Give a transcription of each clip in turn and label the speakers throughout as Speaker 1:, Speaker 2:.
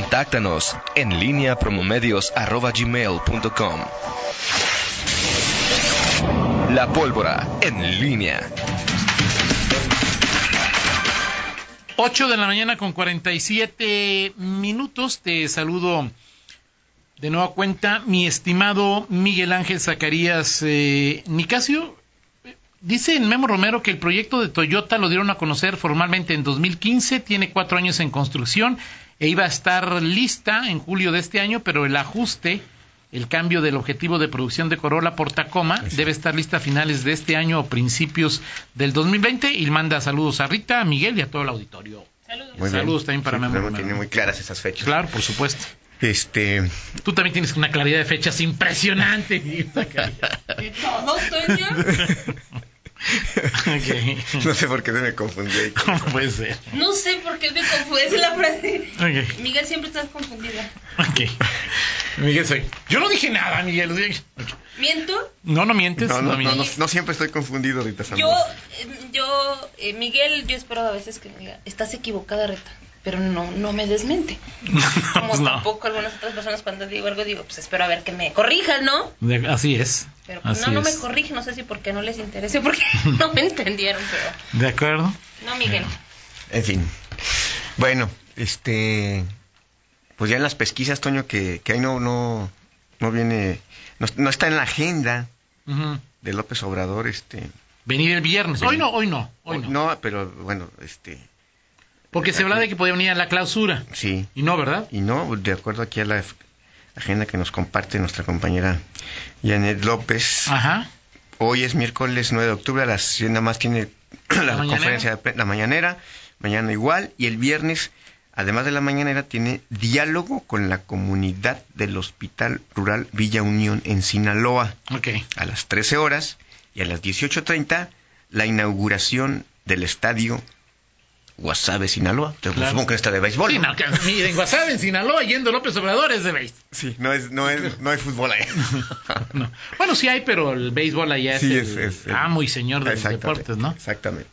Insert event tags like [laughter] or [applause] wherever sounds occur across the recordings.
Speaker 1: Contáctanos en línea promomedios.com. La pólvora en línea.
Speaker 2: 8 de la mañana con 47 minutos. Te saludo de nueva cuenta, mi estimado Miguel Ángel Zacarías eh, Nicasio. Dice en Memo Romero que el proyecto de Toyota lo dieron a conocer formalmente en 2015, tiene cuatro años en construcción e iba a estar lista en julio de este año, pero el ajuste, el cambio del objetivo de producción de Corolla por Tacoma sí. debe estar lista a finales de este año o principios del 2020 y manda saludos a Rita, a Miguel y a todo el auditorio.
Speaker 3: Saludos,
Speaker 2: muy saludos bien. también para sí, Memo Romero.
Speaker 3: Tiene muy claras esas fechas.
Speaker 2: Claro, por supuesto.
Speaker 3: Este. [laughs]
Speaker 2: Tú también tienes una claridad de fechas [laughs] impresionante.
Speaker 4: ¿De todos, Toño?
Speaker 2: okay.
Speaker 3: No sé por qué se me confundí.
Speaker 2: [laughs] ¿Cómo puede ser?
Speaker 4: No sé por qué me confundí. Es la frase. Okay. Miguel, siempre estás confundida.
Speaker 2: Ok. Miguel, soy. Yo no dije nada, Miguel. Okay.
Speaker 4: ¿Miento?
Speaker 2: No, no mientes.
Speaker 3: No, no, no,
Speaker 2: mientes.
Speaker 3: no, no siempre estoy confundido, Rita
Speaker 4: Yo, yo, eh, Miguel, yo espero a veces que me diga, estás equivocada, Rita pero no, no me desmente.
Speaker 2: [laughs]
Speaker 4: Como pues no. tampoco algunas otras personas cuando digo algo digo, pues espero a ver que me corrijan, ¿no?
Speaker 2: Así es.
Speaker 4: Pero pues,
Speaker 2: Así
Speaker 4: no, no es. me corrigen, no sé si porque no les interese, [laughs] porque no me entendieron, pero...
Speaker 2: De acuerdo.
Speaker 4: No, Miguel.
Speaker 3: En fin. Bueno, este... Pues ya en las pesquisas, Toño, que, que ahí no, no, no viene... No, no está en la agenda uh -huh. de López Obrador, este...
Speaker 2: Venir el viernes. Hoy no, hoy no, hoy no.
Speaker 3: No, pero bueno, este...
Speaker 2: Porque se habla de que podía venir a la clausura.
Speaker 3: Sí.
Speaker 2: Y no, ¿verdad?
Speaker 3: Y no, de acuerdo aquí a la agenda que nos comparte nuestra compañera Janet López.
Speaker 2: Ajá.
Speaker 3: Hoy es miércoles 9 de octubre, a las nada más tiene [clears throat] la, la conferencia de la mañanera, mañana igual, y el viernes, además de la mañanera, tiene diálogo con la comunidad del Hospital Rural Villa Unión en Sinaloa.
Speaker 2: Ok.
Speaker 3: A las 13 horas y a las 18.30, la inauguración del estadio Guasave, Sinaloa. Te claro. supongo que está de béisbol.
Speaker 2: Sí, no, que, miren, Guasave, en Sinaloa, yendo López Obrador es de béisbol.
Speaker 3: Sí, no, es, no, es, no hay fútbol ahí.
Speaker 2: no. Bueno, sí hay, pero el béisbol allá
Speaker 3: sí,
Speaker 2: es, el es, amo y señor de los deportes, ¿no?
Speaker 3: Exactamente.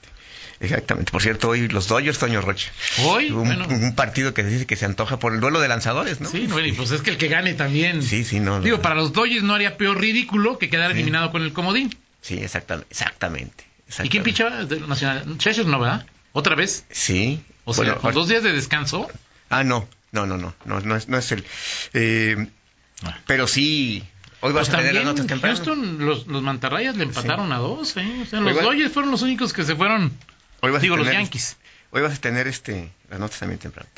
Speaker 3: Exactamente. Por cierto, hoy los Dodgers, Toño Rocha.
Speaker 2: Hoy,
Speaker 3: un,
Speaker 2: bueno.
Speaker 3: un partido que se dice que se antoja por el duelo de lanzadores, ¿no?
Speaker 2: Sí, bueno, y pues es que el que gane también.
Speaker 3: Sí, sí, no.
Speaker 2: Digo,
Speaker 3: no,
Speaker 2: para los Dodgers no haría peor ridículo que quedar sí. eliminado con el comodín.
Speaker 3: Sí, exactamente. Exactamente. exactamente.
Speaker 2: ¿Y quién pichaba nacional? Cheshire no, ¿verdad? ¿Otra vez?
Speaker 3: Sí.
Speaker 2: O sea, bueno, con dos días de descanso.
Speaker 3: Ah, no, no, no, no, no, no, es, no es el. Eh, ah. Pero sí. Hoy vas
Speaker 2: pues
Speaker 3: a tener la nota
Speaker 2: temprano. Houston, los, los mantarrayas le empataron sí. a dos, ¿eh? O sea, hoy los va... Dodgers fueron los únicos que se fueron.
Speaker 3: Hoy vas
Speaker 2: digo,
Speaker 3: a tener,
Speaker 2: los Yankees.
Speaker 3: Hoy vas a tener este, las notas también temprano.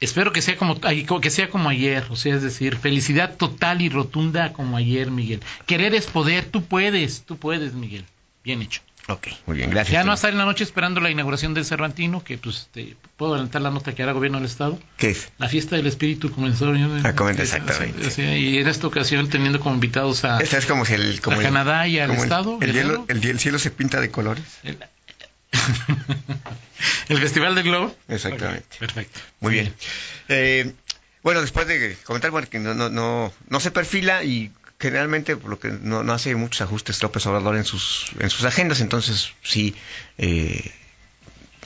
Speaker 2: Espero que sea como que sea como ayer, o sea, es decir, felicidad total y rotunda como ayer, Miguel. Querer es poder, tú puedes, tú puedes, Miguel. Bien hecho.
Speaker 3: Ok, muy bien, gracias.
Speaker 2: Ya no va a estar en la noche esperando la inauguración del Cervantino, que pues te puedo adelantar la nota que hará gobierno del Estado.
Speaker 3: ¿Qué es?
Speaker 2: La fiesta del espíritu comenzó.
Speaker 3: Ah, exactamente.
Speaker 2: Sí, y en esta ocasión teniendo como invitados a,
Speaker 3: esta es como si el, como
Speaker 2: a
Speaker 3: el,
Speaker 2: Ah. Canadá y al
Speaker 3: como
Speaker 2: Estado.
Speaker 3: El, el, hielo, el, cielo se pinta de colores.
Speaker 2: el Festival del Globo.
Speaker 3: Exactamente.
Speaker 2: Okay, perfecto.
Speaker 3: Muy bien. Eh, bueno, después de comentar, bueno, que no, no, no, no se perfila y generalmente por lo que no, no, hace muchos ajustes López Obrador en sus en sus agendas entonces sí eh,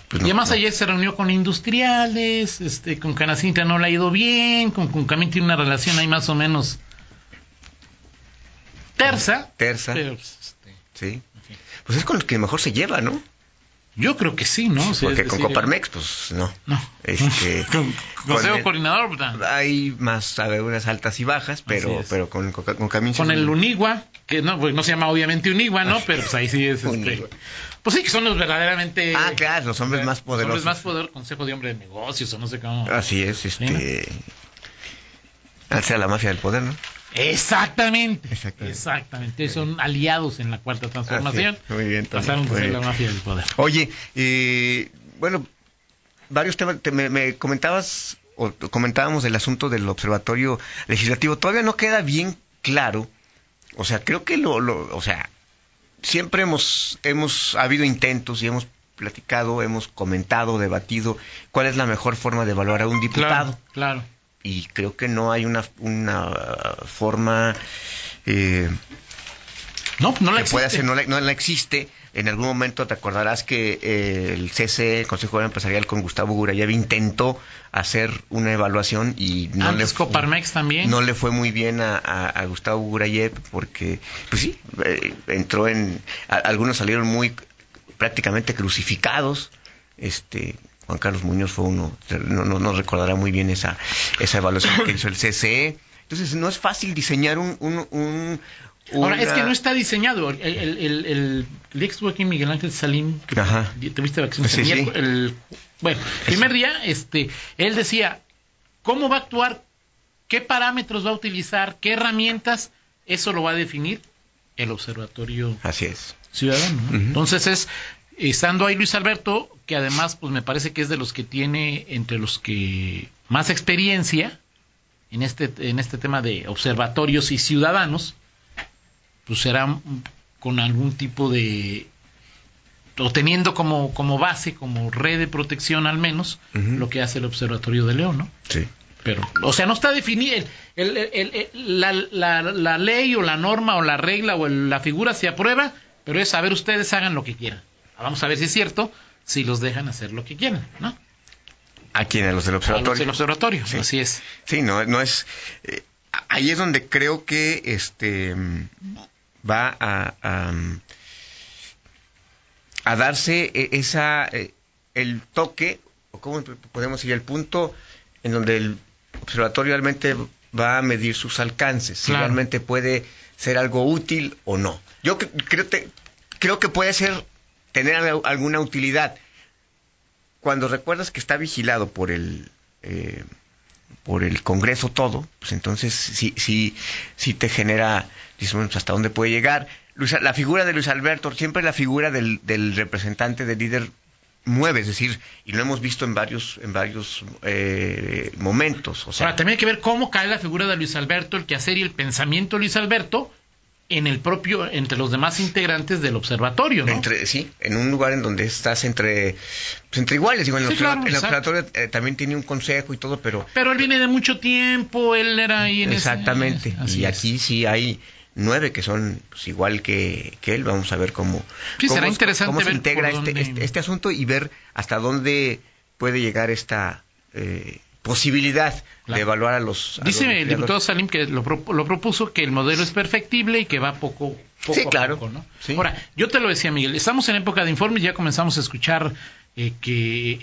Speaker 2: pues no, y además no. ayer se reunió con industriales este con Canacinta no le ha ido bien con Cuncamín tiene una relación ahí más o menos tersa
Speaker 3: tersa
Speaker 2: pero, este,
Speaker 3: sí okay. pues es con el que mejor se lleva no
Speaker 2: yo creo que sí, ¿no? O
Speaker 3: sea, Porque con Coparmex, pues no.
Speaker 2: No.
Speaker 3: Este,
Speaker 2: [laughs] con, Consejo con Coordinador, ¿verdad?
Speaker 3: Hay más, a ver, unas altas y bajas, pero, pero con, con,
Speaker 2: con
Speaker 3: Camín
Speaker 2: Con el Unigua, que no, pues, no se llama obviamente Unigua,
Speaker 3: Ah,
Speaker 2: ¿no? Pero pues ahí sí es. Este, pues sí, que son los verdaderamente.
Speaker 3: Ah, claro, los hombres más poderosos. Ah,
Speaker 2: Los hombres más poderosos, Consejo de Hombres de Negocios, o no sé cómo.
Speaker 3: Así es, este. Al ser la mafia del poder, ¿no?
Speaker 2: Exactamente. Exactamente. Exactamente. Son aliados en la cuarta transformación.
Speaker 3: Ah, sí. Muy bien. También.
Speaker 2: Pasaron de
Speaker 3: Muy
Speaker 2: ser
Speaker 3: bien.
Speaker 2: la mafia del poder.
Speaker 3: Oye, eh, bueno, varios temas. Te, me, me, comentabas o comentábamos el asunto del observatorio legislativo. Todavía no queda bien claro. O sea, creo que lo, lo o sea, siempre hemos, hemos ha habido intentos y hemos platicado, hemos comentado, debatido cuál es la mejor forma de evaluar a un diputado.
Speaker 2: claro. claro
Speaker 3: y creo que no hay una, una forma eh,
Speaker 2: No, no la
Speaker 3: que puede
Speaker 2: existe.
Speaker 3: hacer, no la, no la existe. En algún momento te acordarás que eh, el CC, el Consejo Empresarial, con Gustavo Gurayev intentó hacer una evaluación y no
Speaker 2: Antes
Speaker 3: le fu-
Speaker 2: Coparmex también.
Speaker 3: No le fue muy bien a, a- a Gustavo Gurayev porque, pues sí, eh, entró en. a- algunos salieron muy prácticamente crucificados. Este. Juan Carlos Muñoz fue uno, no, no, no recordará muy bien esa, esa evaluación que hizo el CCE. Entonces, no es fácil diseñar un... un, un-
Speaker 2: Ahora, es que
Speaker 3: una-
Speaker 2: no está diseñado. El, el, el, el- el ex working Miguel Ángel Salim, que
Speaker 3: Ajá.
Speaker 2: tuviste vacaciones
Speaker 3: Sí,
Speaker 2: el
Speaker 3: sí.
Speaker 2: miércoles- el- bueno, primer día, este, él decía, ¿cómo va a actuar? ¿Qué parámetros va a utilizar? ¿Qué herramientas? Eso lo va a definir el Observatorio
Speaker 3: Así es.
Speaker 2: Ciudadano. ¿no?
Speaker 3: Ujú.
Speaker 2: Entonces es, estando ahí Luis Alberto, que además, pues me parece que es de los que tiene, entre los que más experiencia en este, en este tema de observatorios y ciudadanos, pues será mm, con algún tipo de o teniendo como, como base, como red de protección al menos,
Speaker 3: Ujú.
Speaker 2: lo que hace el Observatorio de León, ¿no?
Speaker 3: Sí.
Speaker 2: Pero, o sea, no está definida el- el- el- el- la, la- la ley o la norma o la regla o el- la figura se aprueba, pero es a ver ustedes hagan lo que quieran. Vamos a ver si es cierto, si los dejan hacer lo que quieran, ¿no?
Speaker 3: ¿A quién? A los del
Speaker 2: A
Speaker 3: observatorio.
Speaker 2: los del observatorio,
Speaker 3: Sí.
Speaker 2: así es.
Speaker 3: Sí, no, no es. eh, ahí es donde creo que este mm, va a, a, mm, a darse eh, esa eh, el toque o cómo podemos ir el punto en donde el observatorio realmente va a medir sus alcances, si
Speaker 2: Claro.
Speaker 3: realmente puede ser algo útil o no. Yo cre- creo te- creo que puede ser tener al- alguna utilidad cuando recuerdas que está vigilado por el eh, por el Congreso todo, pues entonces sí, sí, sí te genera, dices, bueno, pues, hasta dónde puede llegar. Luis- la figura de Luis Alberto, siempre la figura del, del representante, del líder, mueve, es decir, y lo hemos visto en varios, en varios eh, momentos. O sea,
Speaker 2: Ahora, también hay que ver cómo cae la figura de Luis Alberto, el quehacer y el pensamiento de Luis Alberto en el propio, entre los demás integrantes del observatorio, ¿no?
Speaker 3: Entre, sí, en un lugar en donde estás entre, pues, entre iguales. Digo, en el,
Speaker 2: Sí,
Speaker 3: observa-
Speaker 2: claro,
Speaker 3: el
Speaker 2: exacto.
Speaker 3: observatorio eh, también tiene un consejo y todo, pero
Speaker 2: Pero él viene de mucho tiempo, él era ahí en ese-
Speaker 3: Exactamente.
Speaker 2: así
Speaker 3: y
Speaker 2: es.
Speaker 3: aquí sí hay nueve que son pues, igual que, que él. Vamos a ver cómo,
Speaker 2: Sí,
Speaker 3: cómo,
Speaker 2: será interesante
Speaker 3: cómo se
Speaker 2: ver
Speaker 3: integra
Speaker 2: por
Speaker 3: este,
Speaker 2: dónde-
Speaker 3: este- este asunto y ver hasta dónde puede llegar esta eh, posibilidad
Speaker 2: Claro.
Speaker 3: de evaluar a los. a los
Speaker 2: Dice el
Speaker 3: legisladores.
Speaker 2: diputado Salim que lo, pro- lo propuso que el modelo es perfectible y que va poco, poco
Speaker 3: Sí,
Speaker 2: a
Speaker 3: claro.
Speaker 2: poco, ¿no?
Speaker 3: Sí.
Speaker 2: Ahora, yo te lo decía, Miguel, estamos en época de informes, ya comenzamos a escuchar eh, que eh,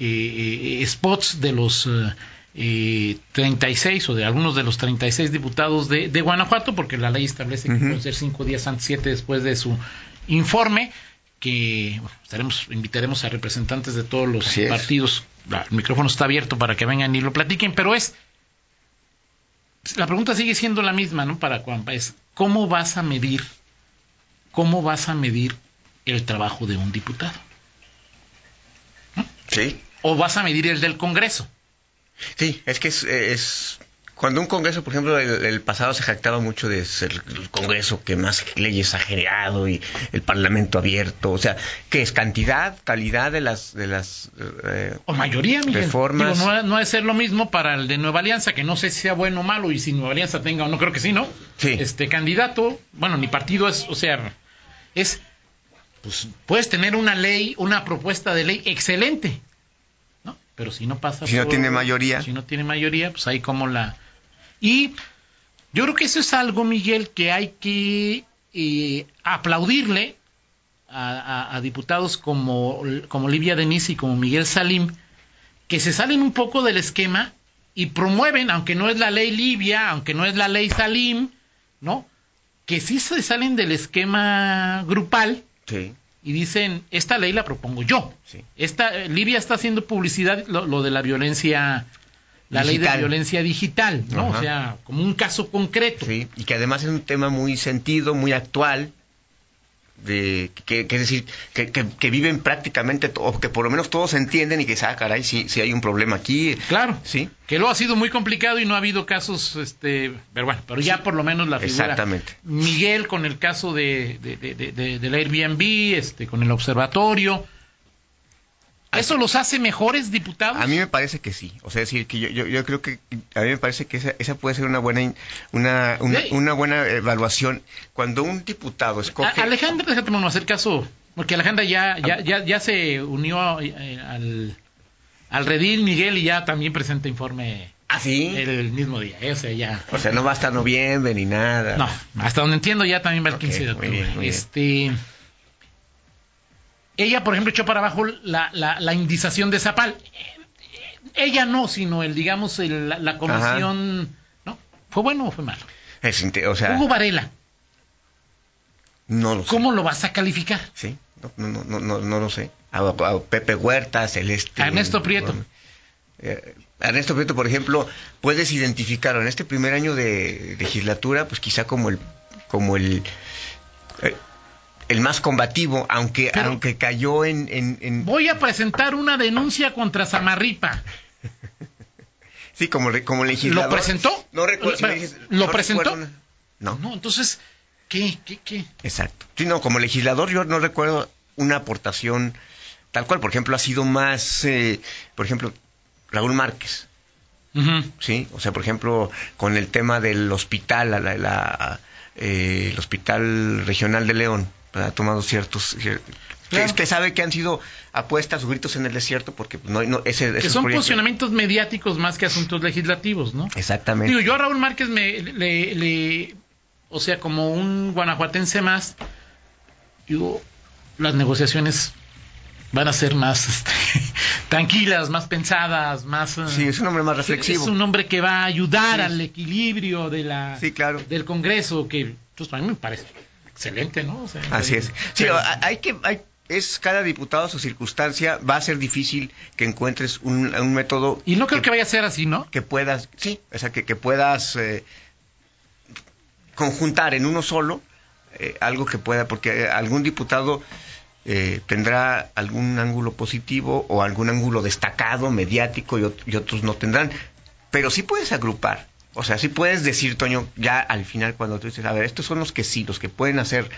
Speaker 2: eh, spots de los eh, eh, 36 o de algunos de los 36 diputados de, de Guanajuato, porque la ley establece que
Speaker 3: Ujú.
Speaker 2: pueden ser cinco días antes, siete después de su informe, que bueno, estaremos, invitaremos a representantes de todos los
Speaker 3: Así es.
Speaker 2: partidos. La- El micrófono está abierto para que vengan y lo platiquen, pero es la pregunta sigue siendo la misma, ¿no? Para Cuampa es ¿cómo vas a medir? ¿Cómo vas a medir el trabajo de un diputado?
Speaker 3: Sí,
Speaker 2: ¿O vas a medir el del Congreso?
Speaker 3: sí, es que es. es- cuando un Congreso, por ejemplo, el, el pasado se jactaba mucho de ser el Congreso que más leyes ha generado y el Parlamento abierto, o sea, que es cantidad, calidad de las de las eh,
Speaker 2: O mayoría, Miguel.
Speaker 3: Reformas.
Speaker 2: Digo, no, no es ser lo mismo para el de Nueva Alianza, que no sé si sea bueno o malo, y si Nueva Alianza tenga o no, creo que sí, ¿no?
Speaker 3: Sí.
Speaker 2: Este candidato, bueno, ni partido es, o sea, es, pues puedes tener una ley, una propuesta de ley excelente, ¿no? Pero si no pasa.
Speaker 3: Si no tiene mayoría.
Speaker 2: Si no tiene mayoría, pues ahí como la. Y yo creo que eso es algo, Miguel, que hay que eh, aplaudirle a, a- a diputados como, como Livia Denis y como Miguel Salim, que se salen un poco del esquema y promueven, aunque no es la ley Libia, aunque no es la ley Salim, ¿no? Que sí se salen del esquema grupal
Speaker 3: Sí.
Speaker 2: y dicen, esta ley la propongo yo.
Speaker 3: Sí.
Speaker 2: Esta, eh, Libia está haciendo publicidad lo, lo de la violencia, la ley de
Speaker 3: Digital.
Speaker 2: violencia digital, ¿no?
Speaker 3: Ajá.
Speaker 2: O sea, como un caso concreto.
Speaker 3: Sí, y que además es un tema muy sentido, muy actual, de que, que es decir, que, que- que viven prácticamente, to- o que por lo menos todos entienden y que sacan, ah, caray, sí, sí hay un problema aquí.
Speaker 2: Claro.
Speaker 3: Sí.
Speaker 2: Que luego ha sido muy complicado y no ha habido casos, este, pero bueno, pero ya por lo menos la figura.
Speaker 3: Exactamente.
Speaker 2: Miguel con el caso de, de, de- de- de- del Airbnb, este, con el observatorio. ¿Eso los hace mejores diputados?
Speaker 3: A mí me parece que sí. O sea, decir que yo, yo, yo creo que a mí me parece que esa, esa puede ser una buena in- una, una,
Speaker 2: Sí.
Speaker 3: una buena evaluación cuando un diputado
Speaker 2: A-
Speaker 3: escoge
Speaker 2: Alejandra, déjate bueno, hacer caso, porque Alejandra ya, ya, ya, ya se unió eh, al, al redil Miguel y ya también presenta informe
Speaker 3: así,
Speaker 2: el mismo día. eh, o sea, ya.
Speaker 3: o sea, no va hasta noviembre ni nada.
Speaker 2: No, hasta donde entiendo ya también va el
Speaker 3: Ok,
Speaker 2: 15 de
Speaker 3: muy
Speaker 2: octubre.
Speaker 3: bien, muy bien.
Speaker 2: este, ella, por ejemplo, echó para abajo la, la, la indización de Zapal. Eh, eh, Ella no, sino el, digamos, el- la, la comisión... ¿No? ¿Fue bueno o fue malo?
Speaker 3: Es inte- o sea,
Speaker 2: Hugo Varela,
Speaker 3: no lo sé.
Speaker 2: ¿cómo lo vas a calificar?
Speaker 3: Sí, no, no, no, no, no lo sé. A, a Pepe Huerta, a Celeste.
Speaker 2: A Ernesto Prieto.
Speaker 3: Eh, Ernesto Prieto, por ejemplo, puedes identificarlo en este primer año de legislatura, pues quizá como el, como el, eh, el más combativo, aunque,
Speaker 2: Pero-
Speaker 3: aunque cayó en, en- en-
Speaker 2: Voy a presentar una denuncia contra Samarripa.
Speaker 3: sí, como, re- como legislador.
Speaker 2: ¿Lo presentó?
Speaker 3: No recuerdo. si
Speaker 2: Pero,
Speaker 3: me dices-
Speaker 2: ¿lo
Speaker 3: no
Speaker 2: presentó?
Speaker 3: recuerdo una- No,
Speaker 2: No, entonces, ¿qué, qué, qué?
Speaker 3: Exacto. Sí, no, como legislador yo no recuerdo una aportación tal cual. Por ejemplo, ha sido más, eh, por ejemplo, Raúl Márquez,
Speaker 2: Ujú.
Speaker 3: ¿sí? O sea, por ejemplo, con el tema del hospital, la- la- la, eh, el Hospital Regional de León, ha tomado ciertos... cier-
Speaker 2: Claro.
Speaker 3: Usted sabe que han sido apuestas, gritos en el desierto, porque no, no ese,
Speaker 2: Que
Speaker 3: esos
Speaker 2: son
Speaker 3: proyectos-
Speaker 2: posicionamientos mediáticos más que asuntos legislativos, ¿no?
Speaker 3: Exactamente.
Speaker 2: Digo, yo a Raúl Márquez me, le, le- o sea, como un guanajuatense más, digo, las negociaciones van a ser más este, [laughs] tranquilas, más pensadas, más... eh,
Speaker 3: Sí, es un hombre más reflexivo.
Speaker 2: es un hombre que va a ayudar
Speaker 3: Sí.
Speaker 2: al equilibrio de la,
Speaker 3: Sí, claro.
Speaker 2: del Congreso, que pues, a mí me parece excelente, ¿no? O sea,
Speaker 3: Así es. Sí,
Speaker 2: pero-
Speaker 3: ah, a- hay que hay es cada diputado su circunstancia, va a ser difícil que encuentres un, un método
Speaker 2: y no creo que vaya a ser así, ¿no?
Speaker 3: que puedas, sí, o sea, que, que puedas eh, conjuntar en uno solo eh, algo que pueda, porque eh, algún diputado eh, tendrá algún ángulo positivo o algún ángulo destacado, mediático, y, ot- y otros no tendrán, pero sí puedes agrupar. O sea, sí puedes decir, Toño, ya al final cuando tú dices, a ver, estos son los que sí, los que pueden hacer,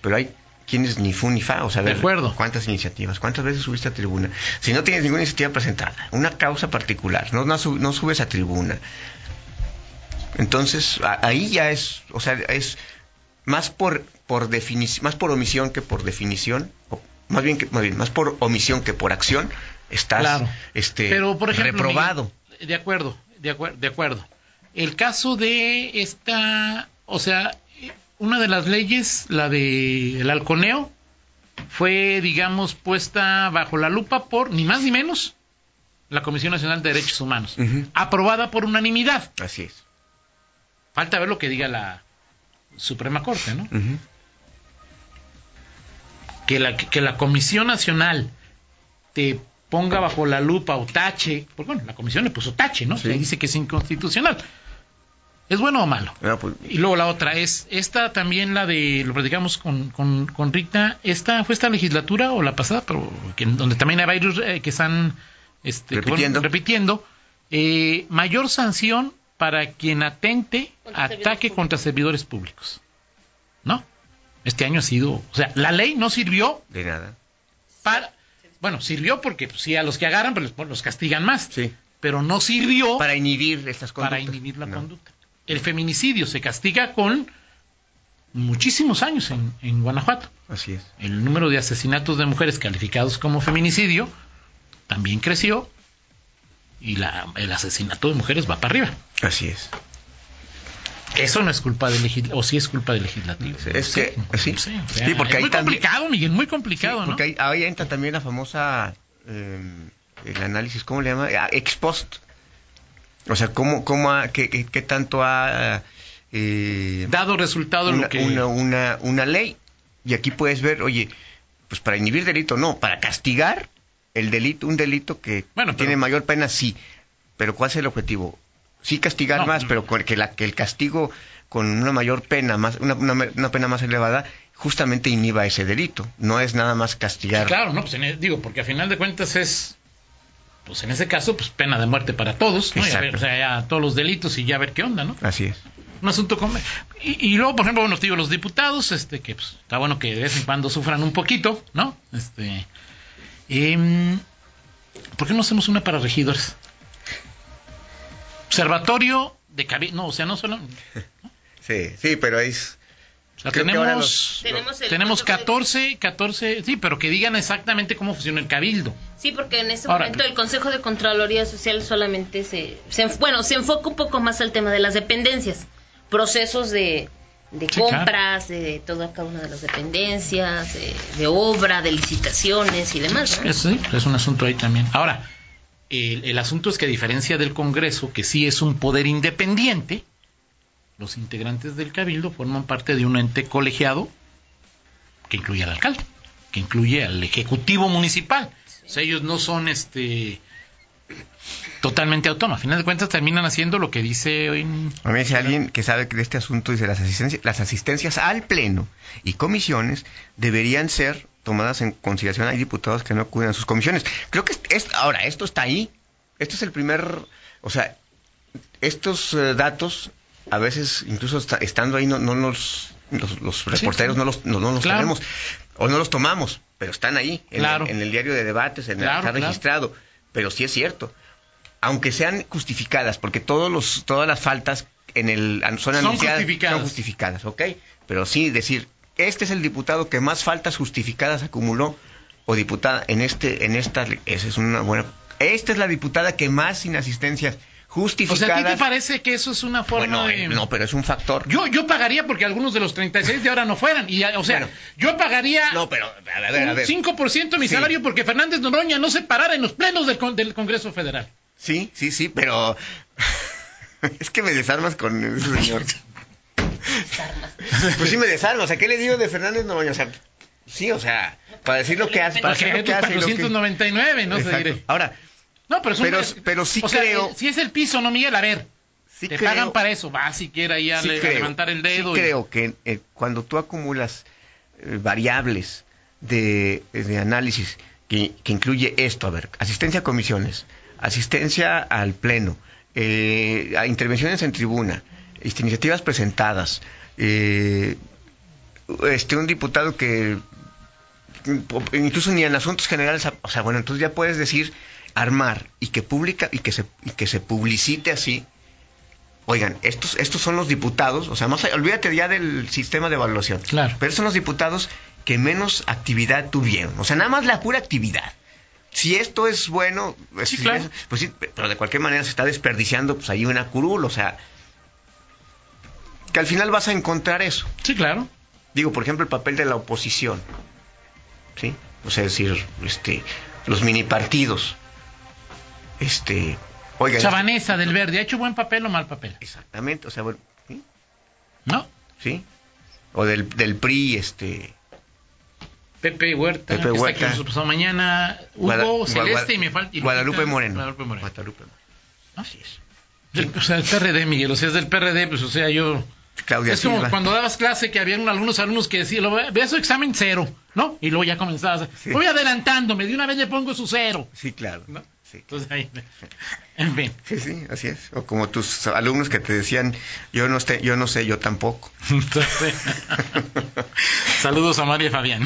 Speaker 3: pero hay quienes ni fu ni fa, o sea, a
Speaker 2: De
Speaker 3: ver,
Speaker 2: acuerdo.
Speaker 3: ¿Cuántas iniciativas? ¿Cuántas veces subiste a tribuna? Si no tienes ninguna iniciativa presentada, una causa particular, no, no, sub- no subes a tribuna. Entonces, a- ahí ya es, o sea, es más por, por defini- más por omisión que por definición, o más bien, que, más bien, más por omisión que por acción, estás
Speaker 2: Claro.
Speaker 3: este,
Speaker 2: Pero, por ejemplo,
Speaker 3: reprobado.
Speaker 2: Miguel, de acuerdo, de acuerdo, de acuerdo. El caso de esta, o sea, una de las leyes, la de el halconeo, fue, digamos, puesta bajo la lupa por ni más ni menos la Comisión Nacional de Derechos Humanos,
Speaker 3: Ujú.
Speaker 2: aprobada por unanimidad.
Speaker 3: Así es.
Speaker 2: Falta ver lo que diga la Suprema Corte, ¿no?
Speaker 3: Ujú.
Speaker 2: que la, que la Comisión Nacional te ponga bajo la lupa o tache, porque bueno, la Comisión le puso tache, ¿no?
Speaker 3: Sí.
Speaker 2: Le dice que es inconstitucional. ¿Es bueno o malo?
Speaker 3: No, pues,
Speaker 2: Y luego la otra es, esta también la de, lo platicamos con, con, con Rita, ¿esta fue esta legislatura o la pasada? Pero que, donde también hay varios eh, que están este, que fueron
Speaker 3: Repitiendo.
Speaker 2: repitiendo eh, mayor sanción para quien atente,
Speaker 4: Contra servidores
Speaker 2: ataque
Speaker 4: públicos.
Speaker 2: contra servidores públicos. ¿No? Este año ha sido, o sea, la ley no sirvió
Speaker 3: de nada.
Speaker 2: para bueno sirvió porque pues, sí a los que agarran pues, los- los castigan más
Speaker 3: Sí.
Speaker 2: pero no sirvió para,
Speaker 3: Para inhibir estas conductas.
Speaker 2: inhibir la
Speaker 3: No.
Speaker 2: conducta el feminicidio se castiga con muchísimos años en, en Guanajuato
Speaker 3: Así es.
Speaker 2: el número de asesinatos de mujeres calificados como feminicidio también creció y la- el asesinato de mujeres va para arriba
Speaker 3: Así es.
Speaker 2: eso no es culpa del legislativo, o sí es culpa del legislativo.
Speaker 3: Es- es
Speaker 2: No
Speaker 3: que-
Speaker 2: sé,
Speaker 3: sí.
Speaker 2: no sé, o
Speaker 3: Sí,
Speaker 2: sea,
Speaker 3: porque
Speaker 2: es
Speaker 3: ahí
Speaker 2: muy
Speaker 3: también-
Speaker 2: complicado, Miguel, muy
Speaker 3: Sí,
Speaker 2: complicado, ¿no?
Speaker 3: porque ahí, ahí entra también la famosa, eh, el análisis, ¿cómo le llama? Ah, Ex post. O sea, ¿cómo, cómo ha- qué, qué- qué tanto ha eh,
Speaker 2: Dado resultado
Speaker 3: una,
Speaker 2: lo que
Speaker 3: una- una- una ley? Y aquí puedes ver, oye, pues para inhibir delito, no, para castigar el delito, un delito que
Speaker 2: Bueno, pero-
Speaker 3: tiene mayor pena, sí. Pero ¿cuál es el objetivo? Sí castigar
Speaker 2: No, mm.
Speaker 3: más,
Speaker 2: no.
Speaker 3: pero con- que, la, que el castigo con una mayor pena, más una, una- una pena más elevada, justamente inhiba ese delito. No es nada más castigar
Speaker 2: Claro, no, pues en el- digo, porque a final de cuentas es, pues en ese caso, pues pena de muerte para todos, ¿no? Y a ver,
Speaker 3: Exacto.
Speaker 2: o sea, ya todos los delitos y ya ver qué onda, ¿no?
Speaker 3: Así es.
Speaker 2: Un asunto como... Y, y luego, por ejemplo, bueno, digo, los diputados, este, que pues, está bueno que de vez en cuando sufran un poquito, ¿no? Este... em, ¿Por qué no hacemos una para regidores? Observatorio de Cabi... No, o sea, no solo...
Speaker 3: Sí, sí, pero es...
Speaker 2: O sea,
Speaker 3: Creo que
Speaker 2: tenemos,
Speaker 3: ahora los-
Speaker 4: Tenemos, el
Speaker 2: tenemos
Speaker 4: cuerpo de-
Speaker 2: 14, 14... Sí, pero que digan exactamente cómo funciona el cabildo.
Speaker 4: Sí, porque en ese
Speaker 2: Ahora-
Speaker 4: momento el Consejo de Contraloría Social solamente se, se enf- bueno, se enfoca un poco más al tema de las dependencias, procesos de,
Speaker 2: Sí,
Speaker 4: de
Speaker 2: claro.
Speaker 4: compras, de toda cada una de las dependencias, de, de obra, de licitaciones y demás. ¿no?
Speaker 2: Es, sí, es un asunto ahí también. Ahora, el, el asunto es que a diferencia del Congreso, que sí es un poder independiente, los integrantes del Cabildo forman parte de un ente colegiado que incluye al alcalde, que incluye al Ejecutivo Municipal. O sea, ellos no son este totalmente autónomos. A final de cuentas terminan haciendo lo que dice hoy en-
Speaker 3: A mí dice alguien que sabe que de este asunto, dice las asistencias, las asistencias al Pleno y comisiones deberían ser tomadas en consideración. Hay diputados que no acuden a sus comisiones. Creo que es, es- ahora, esto está ahí. Esto es el primer, o sea, estos eh, datos, a veces, incluso esta- estando ahí, no, no los, los, los reporteros
Speaker 2: sí.
Speaker 3: no los, no, no los
Speaker 2: Claro.
Speaker 3: tenemos o no los tomamos, pero están ahí, en,
Speaker 2: Claro.
Speaker 3: el, en el diario de debates, en el-
Speaker 2: Claro,
Speaker 3: está
Speaker 2: claro.
Speaker 3: registrado. Pero sí es cierto, aunque sean justificadas, porque todos los, todas las faltas en el an- son,
Speaker 2: Son
Speaker 3: anunciadas,
Speaker 2: justificadas.
Speaker 3: son justificadas, ¿ok? Pero sí decir, este es el diputado que más faltas justificadas acumuló o diputada en este, en esta, esa es una buena, esta es la diputada que más sin asistencias
Speaker 2: O sea,
Speaker 3: justificadas.
Speaker 2: ¿a ti te parece que eso es una forma
Speaker 3: bueno,
Speaker 2: de...?
Speaker 3: eh, no, pero es un factor.
Speaker 2: Yo, yo pagaría porque algunos de los 36 de ahora no fueran. Y, ya, o sea,
Speaker 3: Bueno.
Speaker 2: yo pagaría
Speaker 3: no, pero a ver, a ver, a
Speaker 2: un
Speaker 3: ver.
Speaker 2: 5% de mi
Speaker 3: Sí.
Speaker 2: salario porque Fernández Noroña no se parara en los plenos del, con- del Congreso Federal.
Speaker 3: Sí, sí, sí, pero [laughs] es que me desarmas con ese señor. pues sí me desarmas. ¿A qué le digo de Fernández Noroña? O sea, sí, o sea, para decir lo que hace, para
Speaker 2: Para que
Speaker 3: decir
Speaker 2: llegue
Speaker 3: lo
Speaker 2: tus
Speaker 3: que hace. y lo que-
Speaker 2: 499, no se
Speaker 3: Exacto.
Speaker 2: diré.
Speaker 3: Ahora,
Speaker 2: No, pero, es un-
Speaker 3: Pero-
Speaker 2: es-
Speaker 3: pero sí
Speaker 2: o sea,
Speaker 3: creo-
Speaker 2: eh, si es el piso, no, Miguel, a ver.
Speaker 3: sí
Speaker 2: te
Speaker 3: creo-
Speaker 2: pagan para eso. Va siquiera ahí a,
Speaker 3: sí
Speaker 2: le- a
Speaker 3: creo,
Speaker 2: levantar el dedo.
Speaker 3: sí
Speaker 2: y-
Speaker 3: creo que eh, cuando tú acumulas eh, variables de, de análisis que, que incluye esto, a ver, asistencia a comisiones, asistencia al pleno, eh, a intervenciones en tribuna, este, iniciativas presentadas, eh, este un diputado que incluso ni en asuntos generales, o sea, bueno, entonces ya puedes decir armar y que publica y que se y que se publicite así. Oigan, estos estos son los diputados, o sea, más allá- olvídate ya del sistema de evaluación.
Speaker 2: Claro.
Speaker 3: Pero son los diputados que menos actividad tuvieron, o sea, nada más la pura actividad. Si esto es bueno, pues,
Speaker 2: Sí,
Speaker 3: si
Speaker 2: claro.
Speaker 3: es- pues sí, pero de cualquier manera se está desperdiciando pues ahí una curul, o sea, que al final vas a encontrar eso.
Speaker 2: Sí, claro.
Speaker 3: Digo, por ejemplo, el papel de la oposición. ¿Sí? O sea, decir, este, los mini partidos. Este, oiga,
Speaker 2: Chavanesa del Verde, ¿ha hecho buen papel o mal papel?
Speaker 3: exactamente, o sea, bueno, ¿sí?
Speaker 2: ¿No?
Speaker 3: ¿Sí? O del, del PRI, este,
Speaker 2: Pepe Huerta,
Speaker 3: Pepe
Speaker 2: que está
Speaker 3: Huerta.
Speaker 2: aquí nosotros pasado mañana, Hugo
Speaker 3: Guada- Gua-
Speaker 2: Celeste
Speaker 3: Gua-
Speaker 2: y me falta... y
Speaker 3: Guadalupe
Speaker 2: Lupita-
Speaker 3: Moreno.
Speaker 2: Guadalupe Moreno.
Speaker 3: Guadalupe Moreno. Así es.
Speaker 2: O sea, el PRD, Miguel, o sea, es del PRD, pues, o sea, yo...
Speaker 3: Claudia
Speaker 2: es como
Speaker 3: Silva.
Speaker 2: cuando dabas clase que habían algunos alumnos que decían, vea su examen cero, ¿no? Y luego ya comenzabas,
Speaker 3: Sí.
Speaker 2: voy adelantándome, de una vez le pongo su cero.
Speaker 3: Sí, claro.
Speaker 2: ¿no?
Speaker 3: Sí.
Speaker 2: Entonces ahí, en fin.
Speaker 3: Sí, sí, así es. O como tus alumnos que te decían, yo no sé, yo no sé, yo tampoco. [laughs]
Speaker 2: Entonces, saludos a María Fabián.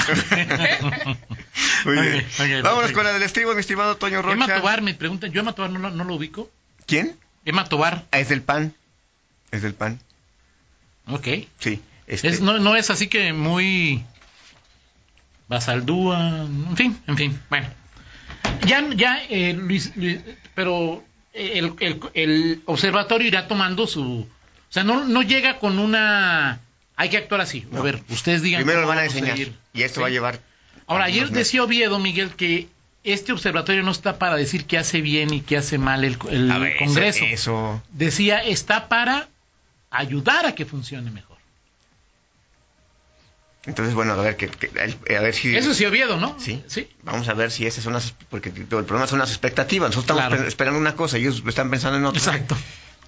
Speaker 3: Muy
Speaker 2: Ok,
Speaker 3: bien.
Speaker 2: ok,
Speaker 3: Vámonos
Speaker 2: perfecto.
Speaker 3: con la del estribo, mi estimado Toño
Speaker 2: Emma
Speaker 3: Rocha.
Speaker 2: Tobar, me preguntan, yo Emma Tobar no, lo- no lo ubico.
Speaker 3: ¿Quién?
Speaker 2: Emma Tobar,
Speaker 3: Ah, Es del PAN. Es del PAN.
Speaker 2: ok.
Speaker 3: Sí. este-
Speaker 2: Es, no, no es así que muy... Basaldúa, en fin, en fin, bueno. Ya, ya eh, Luis, Luis- pero el, el- el observatorio irá tomando su... O sea, no, no llega con una... Hay que actuar así. A
Speaker 3: No.
Speaker 2: ver, ustedes digan...
Speaker 3: Primero lo
Speaker 2: cómo
Speaker 3: van a
Speaker 2: vamos
Speaker 3: enseñar.
Speaker 2: seguir.
Speaker 3: Y esto
Speaker 2: Sí.
Speaker 3: va a llevar.
Speaker 2: Ahora,
Speaker 3: algunos
Speaker 2: ayer
Speaker 3: meses.
Speaker 2: decía Oviedo, Miguel, que este observatorio no está para decir qué hace bien y qué hace mal el, el
Speaker 3: A ver, eso-
Speaker 2: Congreso.
Speaker 3: Eso.
Speaker 2: Decía, está para ayudar a que funcione mejor.
Speaker 3: Entonces, bueno, a ver, que, que- el- a ver si.
Speaker 2: Eso sí, Oviedo, ¿no?
Speaker 3: Sí.
Speaker 2: Sí.
Speaker 3: Vamos a ver si esas son las. Porque el problema son las expectativas. Nosotros estamos
Speaker 2: Claro.
Speaker 3: pe- esperando una cosa y ellos están pensando en otra.
Speaker 2: Exacto.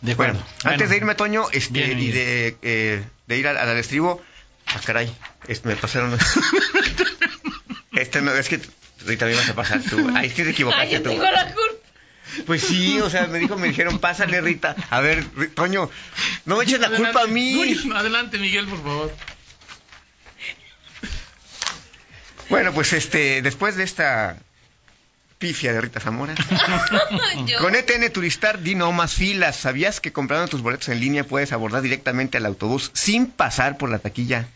Speaker 2: De
Speaker 3: Bueno,
Speaker 2: acuerdo.
Speaker 3: antes
Speaker 2: Bueno.
Speaker 3: de irme, Toño, este,
Speaker 2: Bien,
Speaker 3: y
Speaker 2: bien.
Speaker 3: de, eh, de ir al, al estribo. Ah, caray. es- me pasaron.
Speaker 2: [laughs]
Speaker 3: este no, es que. Ahorita me ibas a pasar tú. Ahí sí te
Speaker 4: Ay,
Speaker 3: equivocaste
Speaker 4: yo
Speaker 3: tú.
Speaker 4: tengo la culpa.
Speaker 3: Pues sí, o sea, me dijo, me dijeron, pásale, Rita. A ver, Ri- Toño, no me eches la
Speaker 2: Adelante.
Speaker 3: culpa a mí.
Speaker 2: Uy, adelante, Miguel, por favor.
Speaker 3: Bueno, pues este, después de esta pifia de Rita Zamora.
Speaker 4: Yo-
Speaker 3: Con ETN Turistar, di no más filas. ¿Sabías que comprando tus boletos en línea puedes abordar directamente al autobús sin pasar por la taquilla?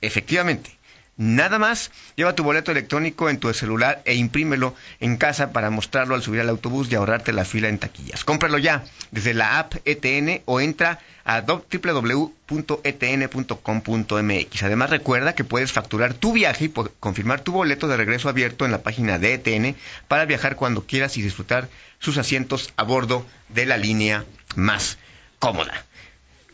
Speaker 3: Efectivamente. Nada más, lleva tu boleto electrónico en tu celular e imprímelo en casa para mostrarlo al subir al autobús y ahorrarte la fila en taquillas. Cómpralo ya desde la app ETN o entra a E www.etn.com.mx. Además, recuerda que puedes facturar tu viaje y po- confirmar tu boleto de regreso abierto en la página de ETN para viajar cuando quieras y disfrutar sus asientos a bordo de la línea más cómoda.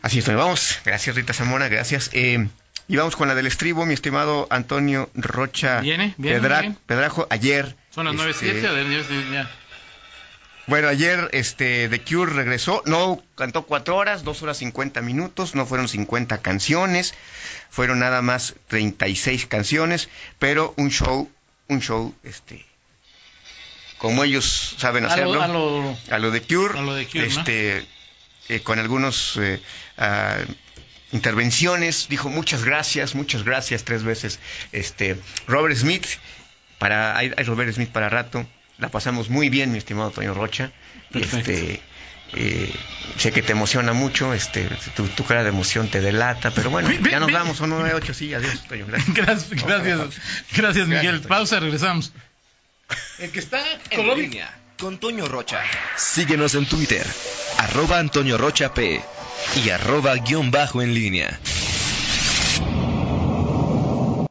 Speaker 3: Así es, Toño. vamos. Gracias, Rita Zamora, gracias. Eh, y vamos con la del estribo, mi estimado Antonio Rocha
Speaker 2: Viene, viene,
Speaker 3: Pedra-
Speaker 2: viene.
Speaker 3: Pedrajo. Ayer.
Speaker 2: Son las
Speaker 3: este,
Speaker 2: 9.07, a ver, ya- ya.
Speaker 3: Bueno, ayer este, The Cure regresó, no cantó cuatro horas, dos horas 50 minutos, no fueron 50 canciones, fueron nada más 36 canciones, pero un show, un show, este, como ellos saben
Speaker 2: A
Speaker 3: hacerlo
Speaker 2: lo- a lo- [laughs]
Speaker 3: a lo de Cure,
Speaker 2: A lo de Cure, ¿no?
Speaker 3: este, eh, con algunos eh, ah, intervenciones, dijo muchas gracias, muchas gracias tres veces, este, Robert Smith para hay, hay Robert Smith para rato, la pasamos muy bien, mi estimado Toño Rocha,
Speaker 2: Perfecto.
Speaker 3: este, eh, sé que te emociona mucho, este, tu, tu cara de emoción te delata, pero bueno,
Speaker 2: Ve- ve-
Speaker 3: ya nos
Speaker 2: ve-
Speaker 3: vamos, son 9-8, sí, adiós, Toño.
Speaker 2: [laughs] Gracias,
Speaker 3: Vamos a la pausa.
Speaker 2: gracias, gracias Miguel.
Speaker 3: Toño.
Speaker 2: Pausa, regresamos.
Speaker 5: El que está
Speaker 1: En
Speaker 5: Colombia-
Speaker 1: línea.
Speaker 5: con Toño Rocha.
Speaker 1: Síguenos en Twitter, arroba Antonio Rocha P y arroba guión bajo en línea.